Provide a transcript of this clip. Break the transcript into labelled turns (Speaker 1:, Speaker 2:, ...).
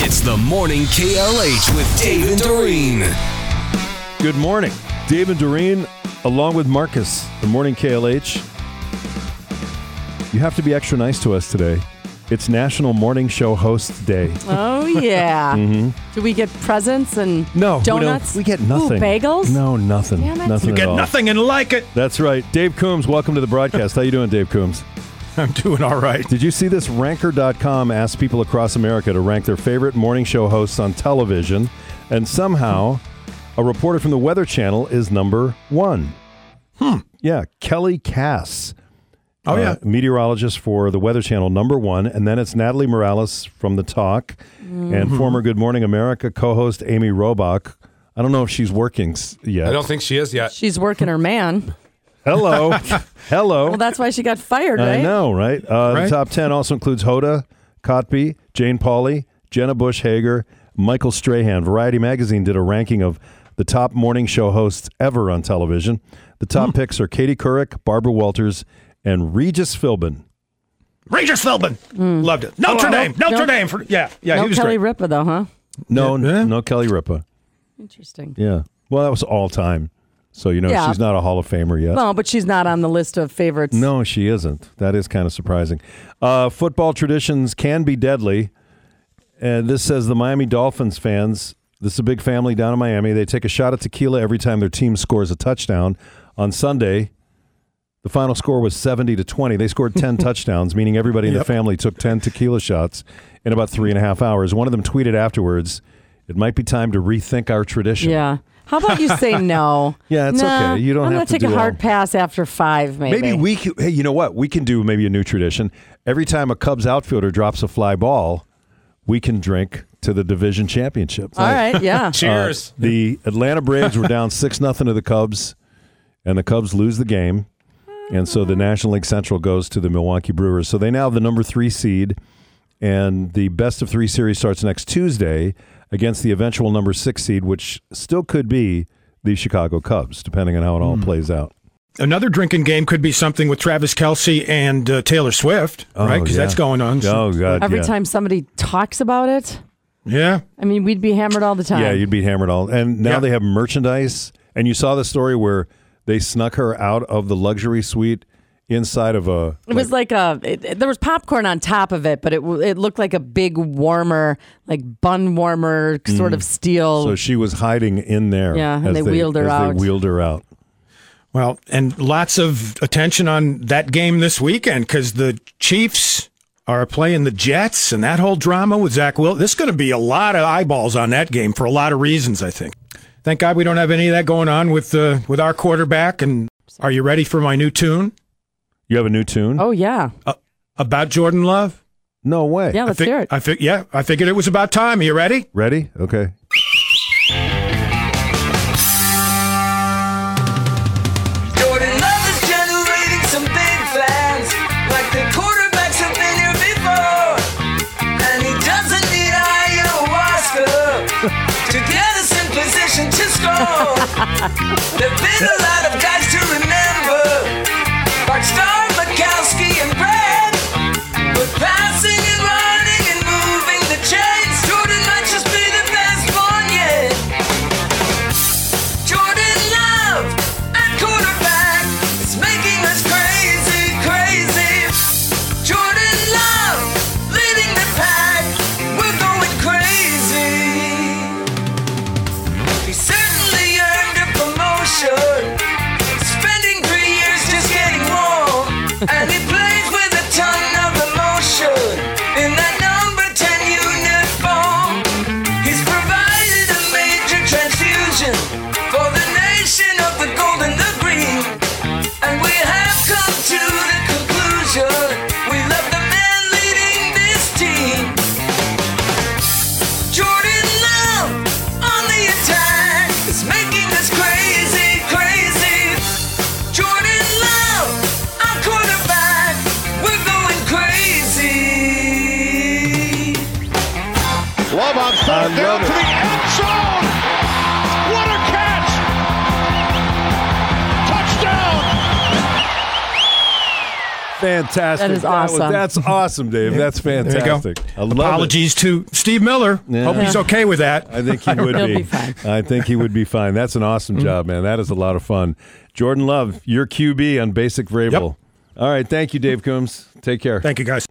Speaker 1: It's the morning KLH with Dave and Doreen.
Speaker 2: Good morning, Dave and Doreen, along with Marcus. The morning KLH. You have to be extra nice to us today. It's National Morning Show Host Day.
Speaker 3: Oh yeah. Do we get presents and
Speaker 2: Mm-hmm. No, we don't.
Speaker 3: donuts?
Speaker 2: We, get nothing.
Speaker 3: Ooh, bagels.
Speaker 2: No, nothing.
Speaker 3: Damn it.
Speaker 2: Nothing.
Speaker 3: You
Speaker 2: at all.
Speaker 4: and like it.
Speaker 2: That's right. Dave Coombs, welcome to the broadcast. How you doing, Dave Coombs?
Speaker 4: I'm doing all right.
Speaker 2: Did you see this? Ranker.com asked people across America to rank their favorite morning show hosts on television, and somehow a reporter from the Weather Channel is number one. Hmm. Yeah, Kelly Cass. uh,
Speaker 4: Oh, yeah.
Speaker 2: meteorologist for the Weather Channel, number one, and then it's Natalie Morales from The Talk, and former Good Morning America co-host Amy Robach. I don't know if she's working s- yet.
Speaker 5: I don't think she is yet.
Speaker 3: She's working her man.
Speaker 2: Hello, hello.
Speaker 3: Well, that's why she got fired, right?
Speaker 2: I know, right? Uh, The
Speaker 4: Right?
Speaker 2: top 10 also includes Hoda, Kotb, Jane Pauley, Jenna Bush Hager, Michael Strahan. Variety Magazine did a ranking of the top morning show hosts ever on television. The top picks are Katie Couric, Barbara Walters, and Regis Philbin.
Speaker 4: Rangers Feldman. Loved it. Notre
Speaker 3: Oh,
Speaker 4: Dame.
Speaker 3: no-
Speaker 4: Notre
Speaker 3: no-
Speaker 4: Dame. For, yeah, yeah,
Speaker 3: no
Speaker 4: he was
Speaker 3: Kelly
Speaker 4: great.
Speaker 3: Ripa though, huh?
Speaker 2: No,
Speaker 4: Yeah.
Speaker 2: no Kelly Ripa.
Speaker 3: Interesting.
Speaker 2: Yeah. Well, that was all time. So, you know,
Speaker 3: Yeah.
Speaker 2: she's not a Hall of Famer yet.
Speaker 3: No, but she's not on the list of favorites.
Speaker 2: No, she isn't. That is kind of surprising. Uh, football traditions can be deadly. And this says the Miami Dolphins fans, this is a big family down in Miami. They take a shot at tequila every time their team scores a touchdown. On Sunday, the final score was 70 to 20. They scored 10 touchdowns, meaning everybody in the family took 10 tequila shots in about three and a half hours. One of them tweeted afterwards, it might be time to rethink our tradition.
Speaker 3: Yeah. How about you say no?
Speaker 2: Yeah, it's
Speaker 3: Nah,
Speaker 2: okay. You don't
Speaker 3: I'm
Speaker 2: have
Speaker 3: gonna
Speaker 2: to
Speaker 3: take
Speaker 2: do
Speaker 3: a hard
Speaker 2: all-
Speaker 3: pass after five, maybe.
Speaker 2: Maybe we could, hey, you know what? We can do maybe a new tradition. Every time a Cubs outfielder drops a fly ball, we can drink to the division championship. Uh,
Speaker 3: All right. Yeah.
Speaker 5: Cheers.
Speaker 2: The Atlanta Braves were down 6 nothing to the Cubs, and the Cubs lose the game. And so the National League Central goes to the Milwaukee Brewers. So they now have the number three seed, and the best of three series starts next Tuesday against the eventual number six seed, which still could be the Chicago Cubs, depending on how it all
Speaker 3: Hmm.
Speaker 2: plays out.
Speaker 4: Another drinking game could be something with Travis Kelsey and uh, Taylor Swift, right? Because
Speaker 2: Oh, yeah.
Speaker 4: that's going on.
Speaker 2: Oh, God.
Speaker 3: Every
Speaker 2: yeah.
Speaker 3: time somebody talks about it,
Speaker 4: Yeah.
Speaker 3: I mean, we'd be hammered all the time.
Speaker 2: Yeah, you'd be hammered all. And now
Speaker 4: Yeah.
Speaker 2: they have merchandise. And you saw the story where they snuck her out of the luxury suite inside of a.
Speaker 3: It was like a. It, it- there was popcorn on top of it, but it w- it looked like a big warmer, like bun warmer sort of steel.
Speaker 2: so she was hiding in there.
Speaker 3: Yeah, and
Speaker 2: as
Speaker 3: they wheeled her
Speaker 2: as
Speaker 3: out.
Speaker 2: They wheeled her out.
Speaker 4: Well, and lots of attention on that game this weekend because the Chiefs are playing the Jets and that whole drama with Zach Will. There's going to be a lot of eyeballs on that game for a lot of reasons, I think. Thank God we don't have any of that going on with uh, with our quarterback. And are you ready for my new tune uh,
Speaker 2: You have a new tune?
Speaker 3: oh yeah,
Speaker 4: about Jordan Love?
Speaker 2: No way.
Speaker 3: yeah. Let's
Speaker 4: I fig-
Speaker 3: hear it.
Speaker 4: I fig- yeah, I figured it was about time. Are you ready?
Speaker 2: Ready? Okay.
Speaker 6: Jordan Love is generating some big fans, like the quarterbacks have been here before. And he doesn't need ayahuasca to get us in position to score. There've been a lot of guys to remember, like Star Mikowski and Brad. But passing and running and moving the chains, Jordan might just be the best one yet. Jordan Love at quarterback is making us crazy, crazy. Jordan Love leading the pack. We're going crazy. He certainly earned a promotion. Spending three years just getting warm. And he plays with a ton of emotion in that number 10 uniform. He's provided a major transfusion for the nation of the gold and the green. And we have come to the conclusion we love the man leading this team. Jordan Love on the attack is making us crazy, crazy. Jordan Love, our quarterback, we're going crazy.
Speaker 7: Love on third down to the end zone. What a catch! Touchdown!
Speaker 2: Fantastic.
Speaker 3: That
Speaker 2: was-
Speaker 3: is awesome.
Speaker 2: that's awesome, Dave. That's
Speaker 4: There you go.
Speaker 2: fantastic. I love it.
Speaker 4: Apologies to Steve Miller. Hope he's okay with that.
Speaker 2: I think he would
Speaker 3: He'll
Speaker 2: be. Mm.
Speaker 3: be fine.
Speaker 2: I think he would be fine. That's an awesome job, man. That is a lot of fun. Jordan Love, your QB on Basic Vrabel. All right. Thank you, Dave Coombs. Take care.
Speaker 4: Thank you, guys.